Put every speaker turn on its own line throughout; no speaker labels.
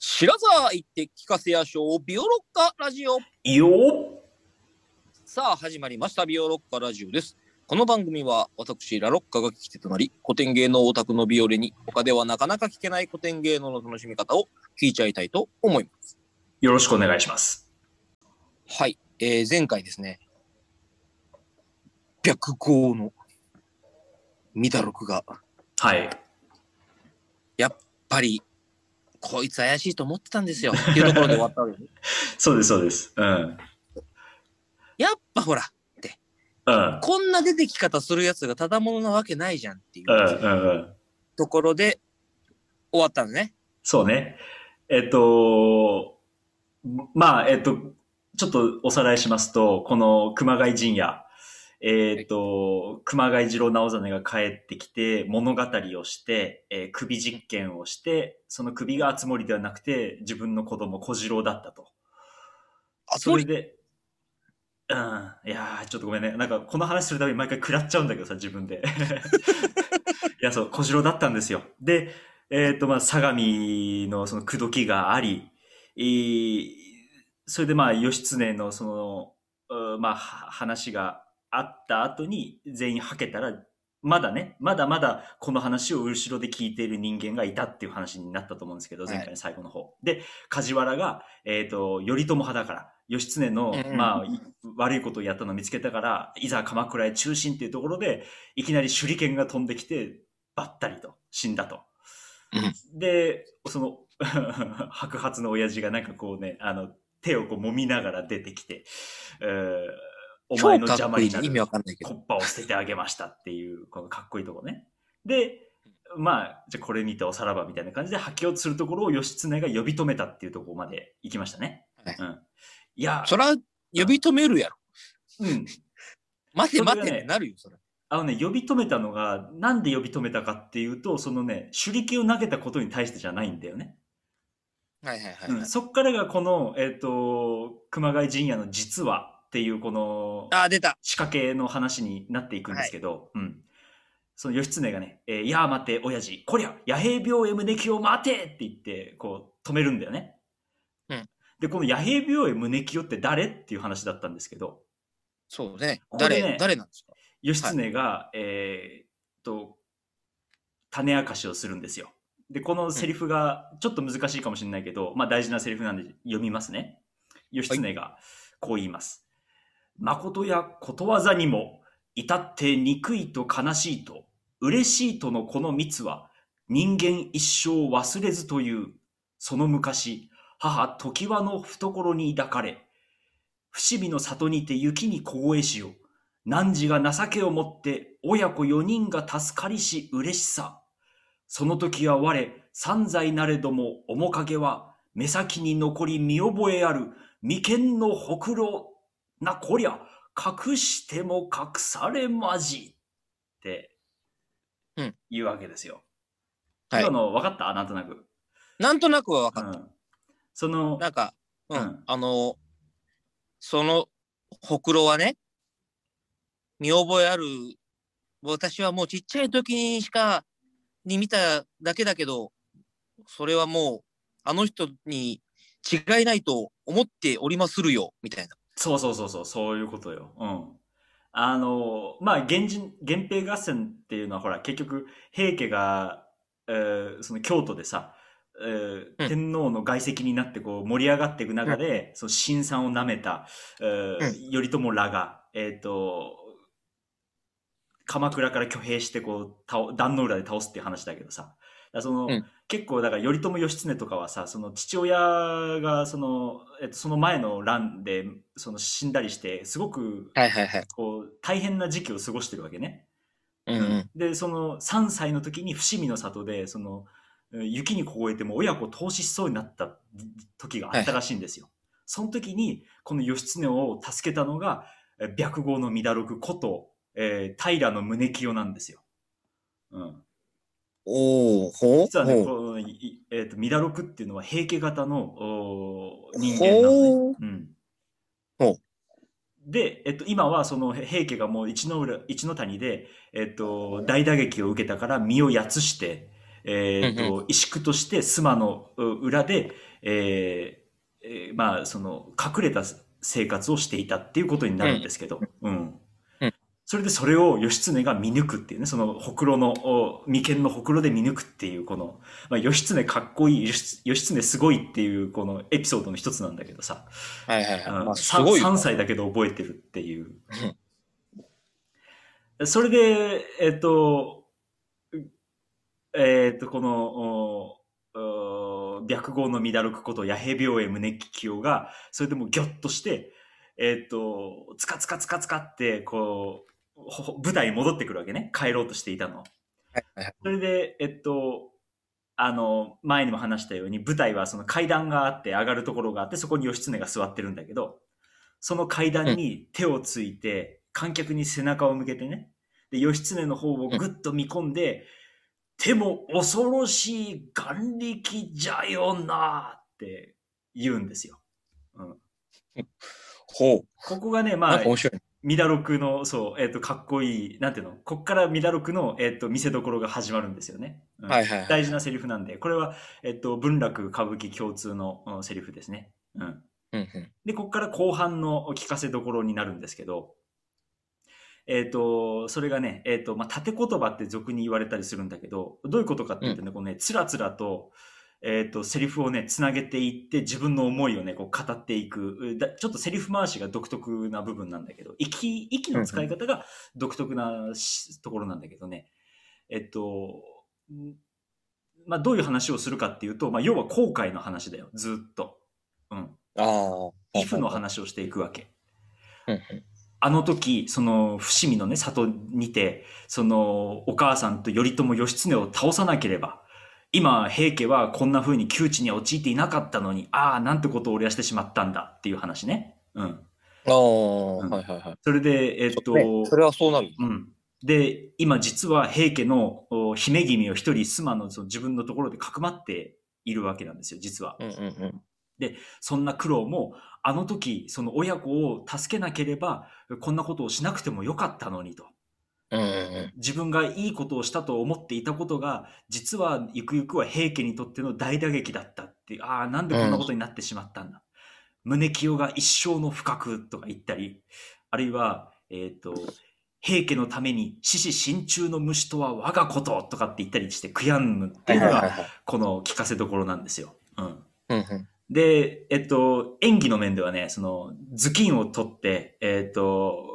白沢行って聞かせやしょう、ビオロッカラジオ。
いいよ
さあ、始まりました、ビオロッカラジオです。この番組は、私、ラロッカが聞き手となり、古典芸能オタクのビオレに、他ではなかなか聞けない古典芸能の楽しみ方を聞いちゃいたいと思いま
よろしくお願いします。
す。はい、えー、前回ですね、白豪の三田六が、やっ
はい。
ぱり、こいつ怪しいと思ってたんですよ、っていうところで終わったわけです。
そうです、そうです。うん。
やっぱほら、
うん。
こんな出てき方するやつがただものなわけないじゃんっていう
うん、うん、うん。
ところで終わったのね。
そうね。えっと、まあ、えっと、ちょっとおさらいしますと、この熊谷陣屋、えっと、熊谷次郎直実が帰ってきて、物語をして、えー首実験をして、その首がつ森ではなくて、自分の子供小次郎だったと。
あ、
そ
そ
れ
れ
で、うん、いやー、ちょっとごめんね。なんか、この話するたびに毎回食らっちゃうんだけどさ、自分で。 いや、そう、小次郎だったんですよ。で、えっ、と、まあ、相模のその口説きがあり、えーそれでまあ、義経のその、うまあ、は話があった後に全員はけたら、まだね、まだまだこの話を後ろで聞いている人間がいたっていう話になったと思うんですけど、
はい
前回の最後の方。で、梶原が、えっ、と、頼朝派だから、義経の、
うん
まあ、い悪いことをやったのを見つけたから、いざ鎌倉へ中心っていうところで、いきなり手裏剣が飛んできて、ばったりと、死んだと。で、その、 白髪の親父がなんかこうね、あの、手をこう揉みながら出てきて、えーお前の
超かっ
邪
こ
魔
いい
にな
ね
る
意味わかんないけ
コ
ど。
ッパを捨ててあげましたっていう、このかっこいいとこね。で、まあ、じゃあこれにておさらばみたいな感じで、発揮をするところを義経が呼び止めたっていうところまで行きましたね。
はい
うん、いや、
そら、呼び止めるやろ。
うん。
待て
それ
待
がね
てってなるよ、それ。
あのね、呼び止めたのが、なんで呼び止めたかっていうと、そのね、手裏剣を投げたことに対してじゃないんだよね。
はいはいはい、
う
はい
ん、そっからがこの、えっ、と、熊谷陣屋の実はっていうこの
あ、出た。
仕掛けの話になっていくんですけど、うん。その義経がね、えーいやー待て、親父、こりゃ、野兵病へ胸キを待てって言って、こう、止めるんだよね。
うん。
で、この野兵病へ胸キって誰っていう話だったんですけど、
そうね。
ここで
誰、
ね
誰なんですか
義経が、えーっと、種明かしをするんですよ。で、このセリフがちょっと難しいかもしれないけど、まあ大事なセリフなんで読みますね。義経がこう言います。誠やことわざにも、至って憎いと悲しいと、嬉しいとのこの密は、人間一生忘れずという、その昔、母常盤の懐に抱かれ、伏見の里にて雪に凍えしよう。汝が情けをもって親子四人が助かりし嬉しさ。その時は我、三歳なれども面影は目先に残り見覚えある眉間のほくろなこりゃ隠しても隠されまじって
うん
言うわけですよ。
はい
今の分かったなんとなく。
なんとなくは分かった。
うん、その、
なんか、うん、
うん
あの、その、ほくろはね、見覚えある、私はもうちっちゃい時にしか、に見ただけだけど、それはもう、あの人に違いないと思っておりまするよ、みたいな。
そうそうそうそう、そういうことよ。うん。あの、まあ、源氏、源平合戦っていうのは、ほら、結局、平家が、えーその京都でさ、えー
うん
天皇の外戚になってこう盛り上がっていく中で、その新参をなめた、えー頼朝らが、えっ、と、鎌倉から挙兵してこう倒壇の浦で倒すっていう話だけどさだからその、
うん
結構だから頼朝義経とかはさその父親がその、えっと、その前の乱でその死んだりしてすごく
はいはいはい。
こう大変な時期を過ごしてるわけね。
うん、うん。
でその3歳の時に伏見の里でそのうん雪に凍えてもう親子投資しそうになった時があったらしいんですよ。その時にこの義経を助けたのがえー白豪の乱六こと、えー、平の宗清なんですよ。うん、
おー、ほう
実はね、
ほ
こ
う
のいいえーとミラロクっていうのは平家型のおー人間なの
ほう
ね。うん
ほう
で、えっと、今はそのへ平家がもう一の浦一の谷で、えっと、大打撃を受けたから身をやつして、えっ
う
と、萎縮として須磨のう裏で、えーえーまあ、その隠れた生活をしていたっていうことになるんですけど、うん
うん
それでそれを義経が見抜くっていうね、そのほくろの、お眉間のほくろで見抜くっていう、この、まあ、義経かっこいい、義義経すごいっていう、このエピソードの一つなんだけどさ、
はいはいはい。まあ、す
さ
ごいよ。
3歳だけど覚えてるっていう。それで、えっ、と、えっ、と、この、おお白豪の乱るくこと、弥平病へ宗清が、それでもうギョッとして、えっ、と、つかつかつかつかって、こう、ほほ舞台に戻ってくるわけね。帰ろうとしていたの。
はいはいはい
それで、えっと、あの、前にも話したように、舞台はその階段があって、上がるところがあって、そこに義経が座ってるんだけど、その階段に手をついて、観客に背中を向けてね、で、義経の方をぐっと見込んで、手も恐ろしい眼力じゃよなって言うんですよ。
ほう。
ここがね、
な
ま
ん
あ
か、面白いね。
ミダロクの、そう、えっ、と、かっこいい、なんていうの、こっからミダロクの、えっ、と、見せどころが始まるんですよね。うん
はいはいはい。
大事なセリフなんで、これは、えっと、文楽歌舞伎共通のうんセリフですね。うん。
うんうん
で、ここから後半の聞かせどころになるんですけど、えっ、と、それがね、えっ、と、まあ、縦言葉って俗に言われたりするんだけど、どういうことかって言ってね、こうね、つらつらと、えっ、と、セリフをね、つなげていって、自分の思いをね、こう語っていく。だちょっとセリフ回しが独特な部分なんだけど、息、息の使い方が独特なしところなんだけどね。えっと、んまあ、どういう話をするかっていうと、まあ、要は後悔の話だよ、ずっと。うん。
ああ。
イフの話をしていくわけ
うんうん。
あの時、その伏見のね、里にて、そのお母さんと頼朝義経を倒さなければ、今、平家はこんな風に窮地に陥っていなかったのに、ああ、なんてことを俺はしてしまったんだっていう話ね。うん。
ああ、
うん
はいはいはい。
それで、えっ
そ
と、
うねそれはそうなるよ。
うん。で、今実は平家のお姫君を一人妻のその自分のところでかくまっているわけなんですよ、実は。
うんうんうん。
そんな苦労も、あの時、その親子を助けなければ、こんなことをしなくてもよかったのにと。
うんうんうん。
自分がいいことをしたと思っていたことが、実はゆくゆくは平家にとっての大打撃だったって、ああ、なんでこんなことになってしまったんだ。胸清が一生の不覚とか言ったり、あるいは、えっ、と、平家のために獅子心中の虫とは我がこととかって言ったりして悔やむっ
は
て
いいう
の
はいはい
が、
はい。
この聞かせどころなんですよ。うん。
うんうん。
で、えっと、演技の面ではね、その、頭巾を取って、えっと、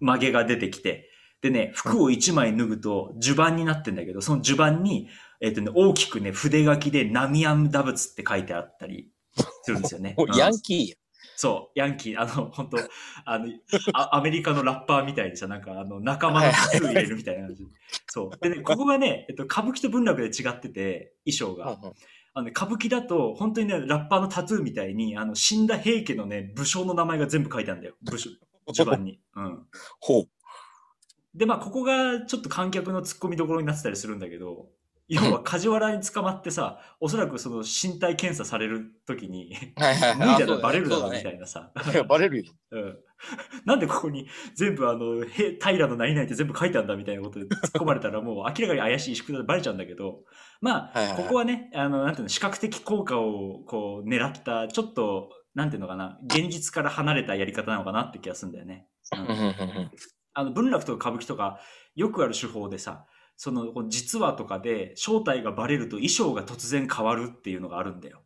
曲げが出てきて、でね、服を一枚脱ぐと、襦袢になってんだけど、その襦袢に、えっとね、大きくね、筆書きで、ナミアムダブツって書いてあったりするんです
。
よね
もうヤ
うん
ンキーや。
そう、ヤンキー、あの、本当あの、あアメリカのラッパーみたいにさ、なんか、あの、仲間の服入れるみたいな感じ。そう。でね、ここがね、えっと、歌舞伎と文楽で違ってて、衣装が。
うんうん
あのね、歌舞伎だと、本当にね、ラッパーのタトゥーみたいに、あの、死んだ平家のね、武将の名前が全部書いてあるんだよ。武将、序盤に。うん。
ほう。
で、まあ、ここがちょっと観客の突っ込みどころになってたりするんだけど、要は梶原に捕まってさ、おそらくその身体検査されるときに、
はいはいはい。
脱いだ
あそう
らバレるだ
そ
ろ
う
うみ
ね
たいなさ。
いや バレるよ。
うん なんでここに全部あの、へ平の何々って全部書いたんだみたいなことで突っ込まれたらもう明らかに怪しい宿題でバレちゃうんだけど、ま
はいはいは
あ、
い
ここはね、あの、なんていうの、視覚的効果をこう狙った、ちょっと、なんていうのかな、現実から離れたやり方なのかなって気がするんだよね。う
うんんうんうんうん。
あの、文楽とか歌舞伎とかよくある手法でさ、その、こう実話とかで正体がバレると衣装が突然変わるっていうのがあるんだよ。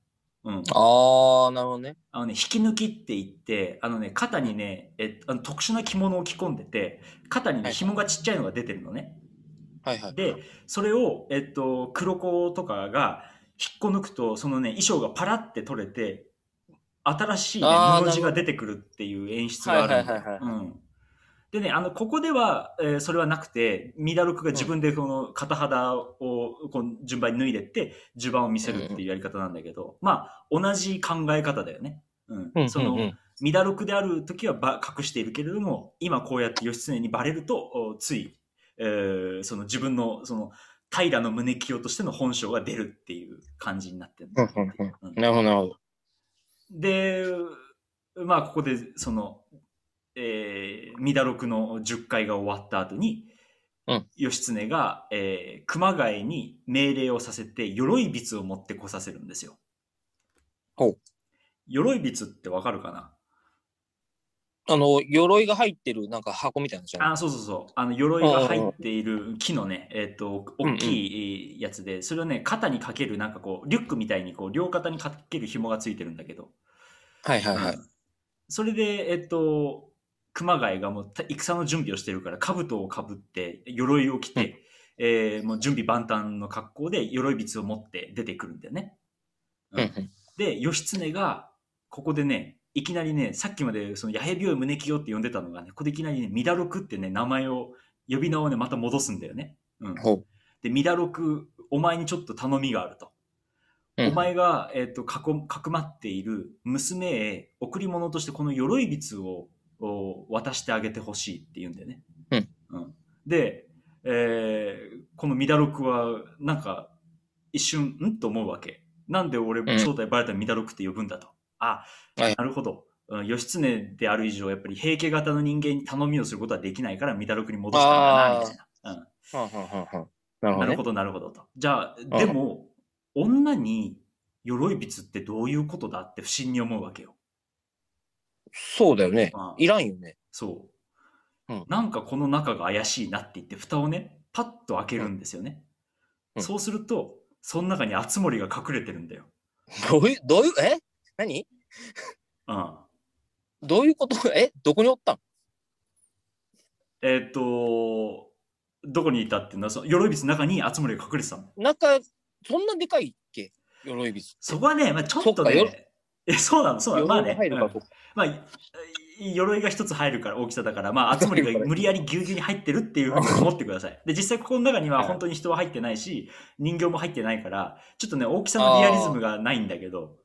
うん。
ああ、なるほどね。
あのね、引き抜きって言って、あのね、肩にね、えっとあの特殊な着物を着込んでて、肩に
は
ね、
い
紐がちっちゃいのが出てるのね。
はいはい。
で、それを、えっと、黒子とかが引っこ抜くと、そのね、衣装がパラって取れて、新しい、ね
あー、
布地が出てくるっていう演出があるんだ
はいはいはい
ようんでね、あの、ここでは、えーそれはなくて、ミダルクが自分でこの肩肌をこう順番に脱いでって、襦袢を見せるっていうやり方なんだけど、まあ、同じ考え方だよね。
う
うん
うん
ん。その、
うん
ミダロクである時はば隠しているけれども、今こうやって義経にバレると、おつい、えーその自分の、その、平の胸清としての本性が出るっていう感じになってる、
うんうんうん
うん
なるほどなるほど。
で、まあ、ここで、その、えー、ミダロクの10回が終わった後に、
うん
義経が、えー熊谷に命令をさせて、鎧びつを持ってこさせるんですよ。
ほう
鎧びつってわかるかな
あの、鎧が入ってる、なんか箱みたいなのじゃん。
あ、そうそうそう。あの、鎧が入っている木のね、えっ、と、大きいやつで、それをね、肩にかける、なんかこう、リュックみたいに、こう、両肩にかける紐がついてるんだけど。
はいはいはい。
うんそれで、えっ、と、熊谷がもう、た戦の準備をしてるから、兜をかぶって、鎧を着て、
うん
えーもう準備万端の格好で、鎧びつを持って出てくるんだよね。
うんうん
で、義経が、ここでね、いきなりね、さっきまで、その、八重病胸清って呼んでたのがね、ここでいきなりね、ミダロクってね、名前を、呼び名をね、また戻すんだよね。うん。
ほう。
で、ミダロク、お前にちょっと頼みがあると。
うん
お前が、えっ、と、かこ、かくまっている娘へ、贈り物としてこの鎧筆を、お渡してあげてほしいって言うんだよね。
うん。
うん、で、えーこのミダロクは、なんか、一瞬、んと思うわけ。なんで俺、
ん
正体バレたらミダロクって呼ぶんだと。あ、
はい
なるほど。うん義経である以上、やっぱり平家型の人間に頼みをすることはできないから、ミダロクに戻したんだな、みたいな。うん。
はんはんはんはんなるほど
なる
ね
ほ。ど、なるほどと。じゃあ、でも、女に鎧筆ってどういうことだって不審に思うわけよ。
そうだよね
うん。
いらんよね。
そう。
うん
なんかこの中が怪しいなって言って、蓋をね、パッと開けるんですよね。
うん
そうすると、その中に熱森が隠れてるんだよ。
どういう、どういう、え何
うん。
どういうことえどこにおったん
えーっ、と、どこにいたっていうのは、その鎧筆の中に熱森が隠れてたの。
なんか、そんなでかいっけ鎧火。
そこはね、まあちょっと
そっか
ね、え、そうなの、 そうなの。まあ
鎧
ね
が。入るか
うん
とか。
まあ、いい鎧が一つ入るから大きさだか ら、まあ、熱森が無理やりぎゅうぎゅうに入ってるっていうふうに思ってください。で、実際ここの中には本当に人は入ってないし、人形も入ってないから、ちょっとね、大きさのリアリズムがないんだけど、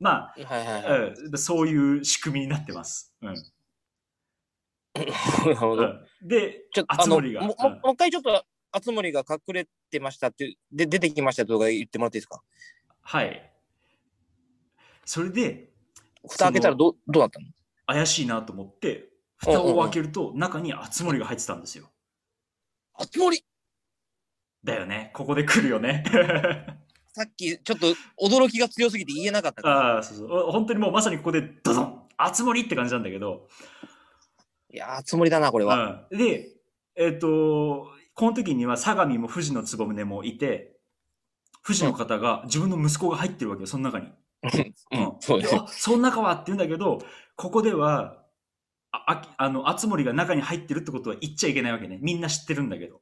ま
はいはい
あ、
はい。
うんそういう仕組みになってます。うん。
なるほ
う
ど。
んで
ちょっ、と、あ
熱
の、も
森が、
も
うん
もう一回ちょっと、あつ森が隠れてましたって、で、出てきましたとか言ってもらっていいですか
はい。それで、
蓋開けたらどう、どうだったの
怪しいなと思って、蓋を開けると、中に熱森が入ってたんですよ。
あつ森
だよね。ここで来るよね。
さっき、ちょっと、驚きが強すぎて言えなかったから。
ああ、そうそう。お本当にもうまさにここでドドン熱盛って感じなんだけど。
いやー、あつ森だな、これは。
うん、で、えっ、と、この時には相模も富士の局宗もいて、富士の方が自分の息子が入ってるわけよ、その中に。
う
うん
ん、そうです
で。あその中はって言うんだけど、ここでは、あ、あきあの、熱盛が中に入ってるってことは言っちゃいけないわけね。みんな知ってるんだけど。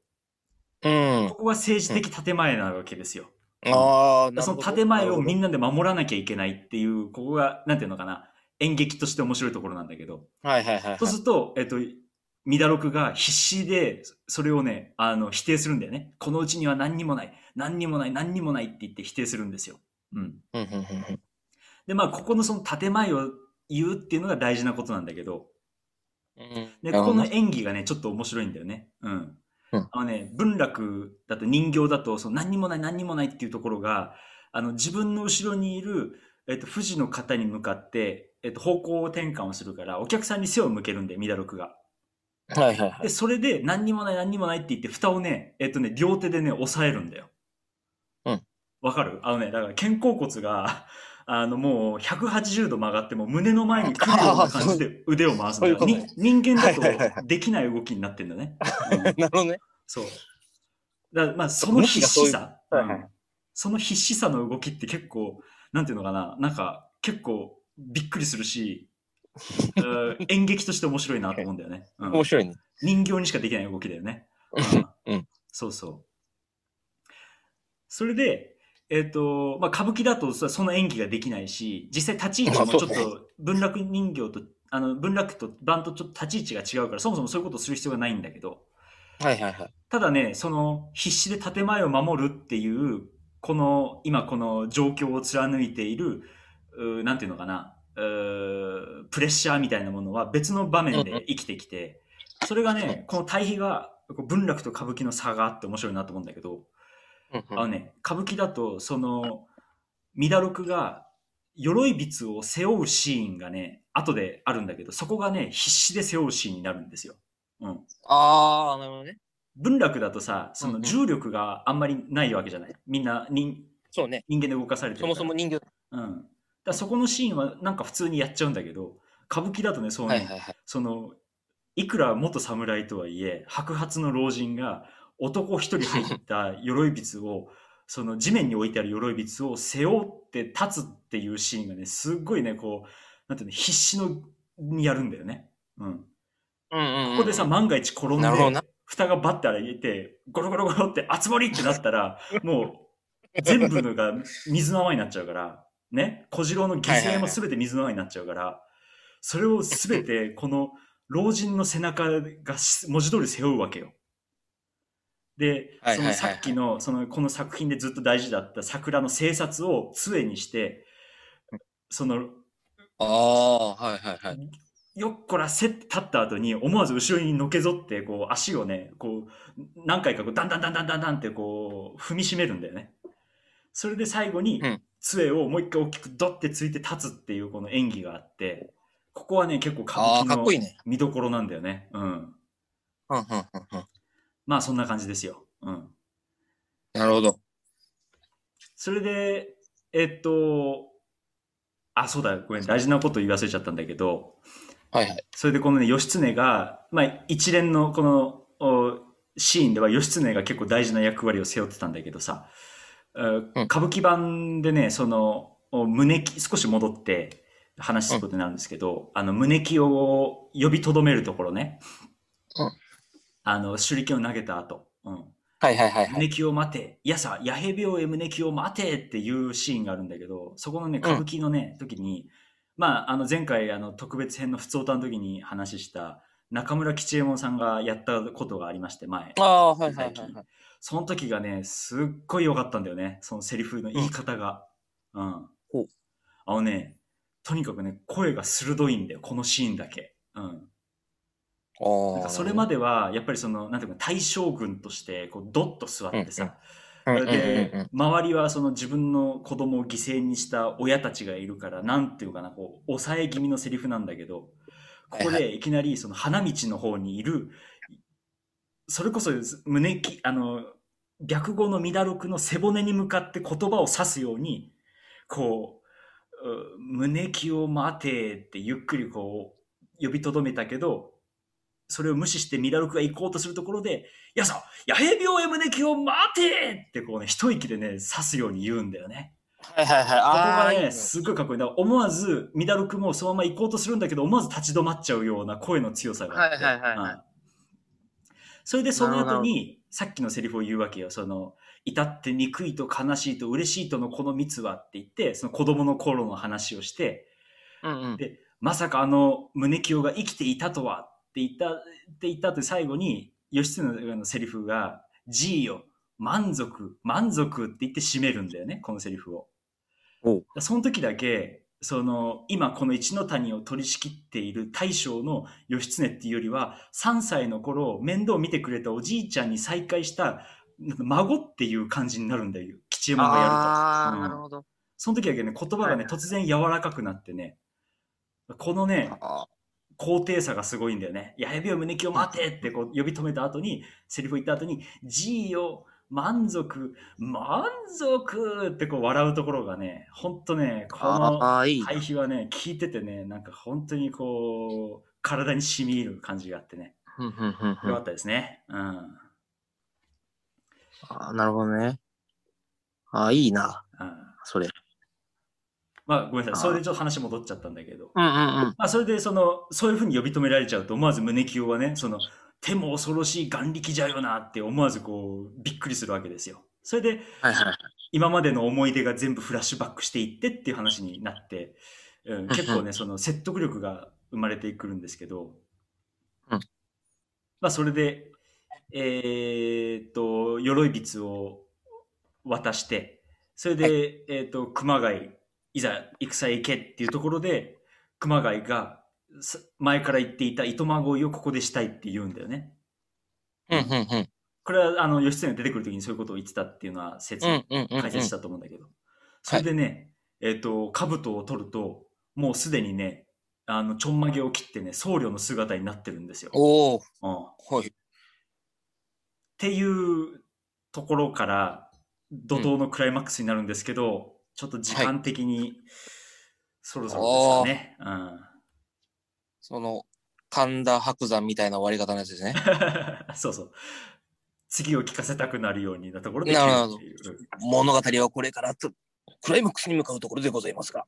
うん。
ここは政治的建前なわけですよ。
ああ、なる
そ
ほど
の建前をみ
なる
んなで守らなきゃいけないっていう、ここが、なんていうのかな、演劇として面白いところなんだけど。
ほど。はいはいはいはい。
そうすると、えっと、ミダロクが必死で、それをね、あの、否定するんだよね。このうちには何にもない、何にもない、何にもないって言って否定するんですよ。うん。
うんうんうんうん
で、まあ、ここのその建前を言うっていうのが大事なことなんだけど、
うん
で、ここの演技がね、ちょっと面白いんだよね。うん。
うん
あのね、文楽だと人形だと、その何にもない何にもないっていうところが、あの、自分の後ろにいる、えっと、富士の方に向かって、えっと、方向転換をするから、お客さんに背を向けるんで、ミダロクが。
はいはいは
で、
い。
それで何にもない何にもないって言って、蓋をね、えっとね、両手でね、押さえるんだよ。
うん。
わかるあのね、だから肩甲骨が、 あのもう180度曲がってもう胸の前に来るような感じで腕を回すんだよ。
そういう
に
こ
人間だ
はいはいはい
とできない動きになってんだね。うん
なるほどね。
そう。だからまあその必死さ、
向きがそういう
うん
はいは
その必死さの動きって結構、なんていうのかな、なんか結構びっくりす るし、うん演劇として面白いなと思うんだよね。うん
面白いね。
人形にしかできない動きだよね。
うん
そうそう。それで、えっ、と、まあ、歌舞伎だとそその演技ができないし、実際立ち位置も
まあ
ち
そ
ょっ
うね
と文楽人形と、あの、文楽と番とちょっと立ち位置が違うから、そもそもそういうことをする必要がないんだけど、
はいはいはい。
ただね、その必死で建前を守るっていう、この、今この状況を貫いている、うーなんていうのかな、うープレッシャーみたいなものは別の場面で生きてきて、それがね、この対比が、こう文楽と歌舞伎の差があって面白いなと思うんだけど、
うんう
あ
ん
のね、歌舞伎だと、その、ミダロクが、鎧筆を背負うシーンがね、後であるんだけど、そこがね、必死で背負うシーンになるんですよ。うん。
ああ、なるほどね。
文楽だとさ、そ
うんう
の
ん
重力があんまりないわけじゃない。みんな人
そうね。
人間で動かされてる
そ
から。
もそも人形。
うん。らそこのシーンはなんか普通にやっちゃうんだけど、歌舞伎だとね、そうね、
はいいはいはい。
その、いくら元侍とはいえ、白髪の老人が男一人入った鎧びつを、 その地面に置いてある鎧びつを背負って立つっていうシーンがね、すっごいね、こう、なんていうの、必死のにやるんだよね。うん。
うんうんうん、
ここでさ、万が一転んで
なるほどな、
蓋がバッて開いて、ゴロゴロゴロって、熱盛ってなったら、もう、全部のが水の泡になっちゃうから、ね、小次郎の犠牲も全て水の泡になっちゃうから、それを全て、この、老人の背中がし文字通り背負うわけよ。で、
はい
そ
はいはいは
の
い
さっきの、その、この作品でずっと大事だった桜の生殺を杖にして、その、
ああ、はいはいはい。
よっこらせって立った後に思わず後ろにのけぞってこう足をねこう何回かこうダンダンダンダンダンダンってこう踏みしめるんだよねそれで最後に
うん
杖をもう一回大きくドッてついて立つっていうこの演技があってここはね結構歌
ああ、かっ
舞
こい
伎
い
の
ね。
見どころなんだよねうん
うんうんうんうん。
まあそんな感じですようん
なるほど。
それでえっとあそうだごめん大事なこと言い忘れちゃったんだけど
はいはい。
それでこのね、義経が、まあ、一連のこのおシーンでは義経が結構大事な役割を背負ってたんだけどさ、うん
ん
歌舞伎版でね、その、お胸き、少し戻って話すことになるんですけど、あの、胸きを呼びとどめるところね、
うん
あの、手裏剣を投げた後、うん、
はいはいはいはい。
胸キを待て、いやさ、やへ病へ胸キを待てっていうシーンがあるんだけど、そこのね、歌舞伎のね、時に、まあ、あの前回、あの特別編の普通歌の時に話した中村吉右衛門さんがやったことがありまして、前。
ああ、はいはいはいはい。
その時がね、すっごい良かったんだよね。そのセリフの言い方が。うん。
ほう
あのね、とにかくね、声が鋭いんだよ、このシーンだけ。うん。
ああ。
なんかそれまでは、やっぱりその、なんていうか、大将軍として、こう、ドッと座ってさ、
うんうんうんうんうんうん、
で、周りはその自分の子供を犠牲にした親たちがいるから、なんていうかな、こう、抑え気味のセリフなんだけど、ここ
はいは
でいきなりその花道の方にいる、それこそ胸き、あの、逆語の乱録の背骨に向かって言葉を指すように、こう、う胸きを待てってゆっくりこう、呼びとどめたけど、それを無視してミラルクが行こうとするところで、いやさ、野兵病へ胸キを待てってこうね、一息でね、刺すように言うんだよね。
はいはいはい。
ここ
あ
が
あ、いい
ね、
ね
すっごいかっこいい。だから思わず、ミダルクもそのまま行こうとするんだけど、思わず立ち止まっちゃうような声の強さがあって。
はいはいはいはい
うんそれでその
なる
後
ほ
に、さっきのセリフを言うわけよ。その、至って憎いと悲しいと嬉しいとのこの蜜はって言って、その子供の頃の話をして、
うんうん。
で、まさかあの宗清が生きていたとはって言った、って言った後最後に、義経のセリフが、じいよ、満足、満足って言って締めるんだよね、このセリフを
おう。
その時だけ、その、今この一の谷を取り仕切っている大将の義経っていうよりは、3歳の頃面倒を見てくれたおじいちゃんに再会した、なんか孫っていう感じになるんだよ、吉右衛門がやると。
あ
う
あ、
ん
なるほど。
その時だけね、言葉が
はい
ね、
は
突然柔らかくなってね、このね、
あ
高低差がすごいんだよね。やべよ、胸キを待てってこう呼び止めた後に、セリフを言った後に、じいよ、満足、満足ってこう笑うところがね、ほんとね、この
ああ、いい。
対比はね、聞いててね、なんか本当にこう、体に染み入る感じがあってね、
うんうんうんう
よか
ん
ったですね。うん。
ああ、なるほどね。ああ、いいな、
うん
それ。
まあ、ごめんなさ
あー
い。それでちょっと話戻っちゃったんだけど。
うんうんうん。
まあ、それでそのそういうふうに呼び止められちゃうと思わず胸清はねその手も恐ろしい眼力じゃよなって思わずこうびっくりするわけですよ。それで
はいはい。
今までの思い出が全部フラッシュバックしていってっていう話になって、うん、結構ねその説得力が生まれてくるんですけど、
うん
まあそれでえーっと鎧びを渡してそれで、
は
えーっと熊谷いざ戦へ行けっていうところで熊谷がさ前から言っていた糸まごいをここでしたいって言うんだよね。
うんうんうん。
これはあの義経が出てくる時にそういうことを言ってたっていうのは説
う
明
んうんうんうん。
解説したと思うんだけど、それでね、えっ、と、兜を取ると、もうすでにね、あの、ちょんまげを切ってね、僧侶の姿になってるんですよ。
おお、
うん、っ
はい。
ていうところから、怒涛のクライマックスになるんですけど、ちょっと時間的に、そろそろですかね。うん。
その、神田伯山みたいな終わり方のやつですね。
そうそう。次を聞かせたくなるようになところで
なるほど
切るっていううん
物語はこれからとクライマックスに向かうところでございますが、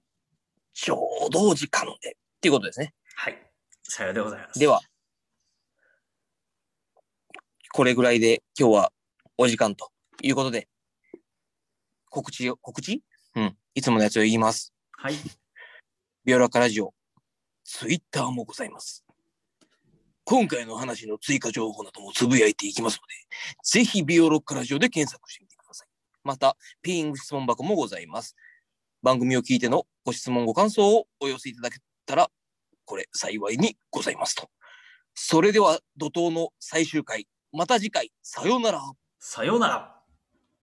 ちょうど時間で。っていうことですね。
はい。さようでございます。
では、これぐらいで今日はお時間ということで、告知を、告知うん。いつものやつを言います。
はい。
ビオラカラジオ、ツイッターもございます。今回の話の追加情報などもつぶやいていきますので、ぜひビオロッカラジオで検索してみてください。また、ピーイング質問箱もございます。番組を聞いてのご質問、ご感想をお寄せいただけたら、これ幸いにございますと。それでは、怒涛の最終回、また次回、さようなら。
さようなら。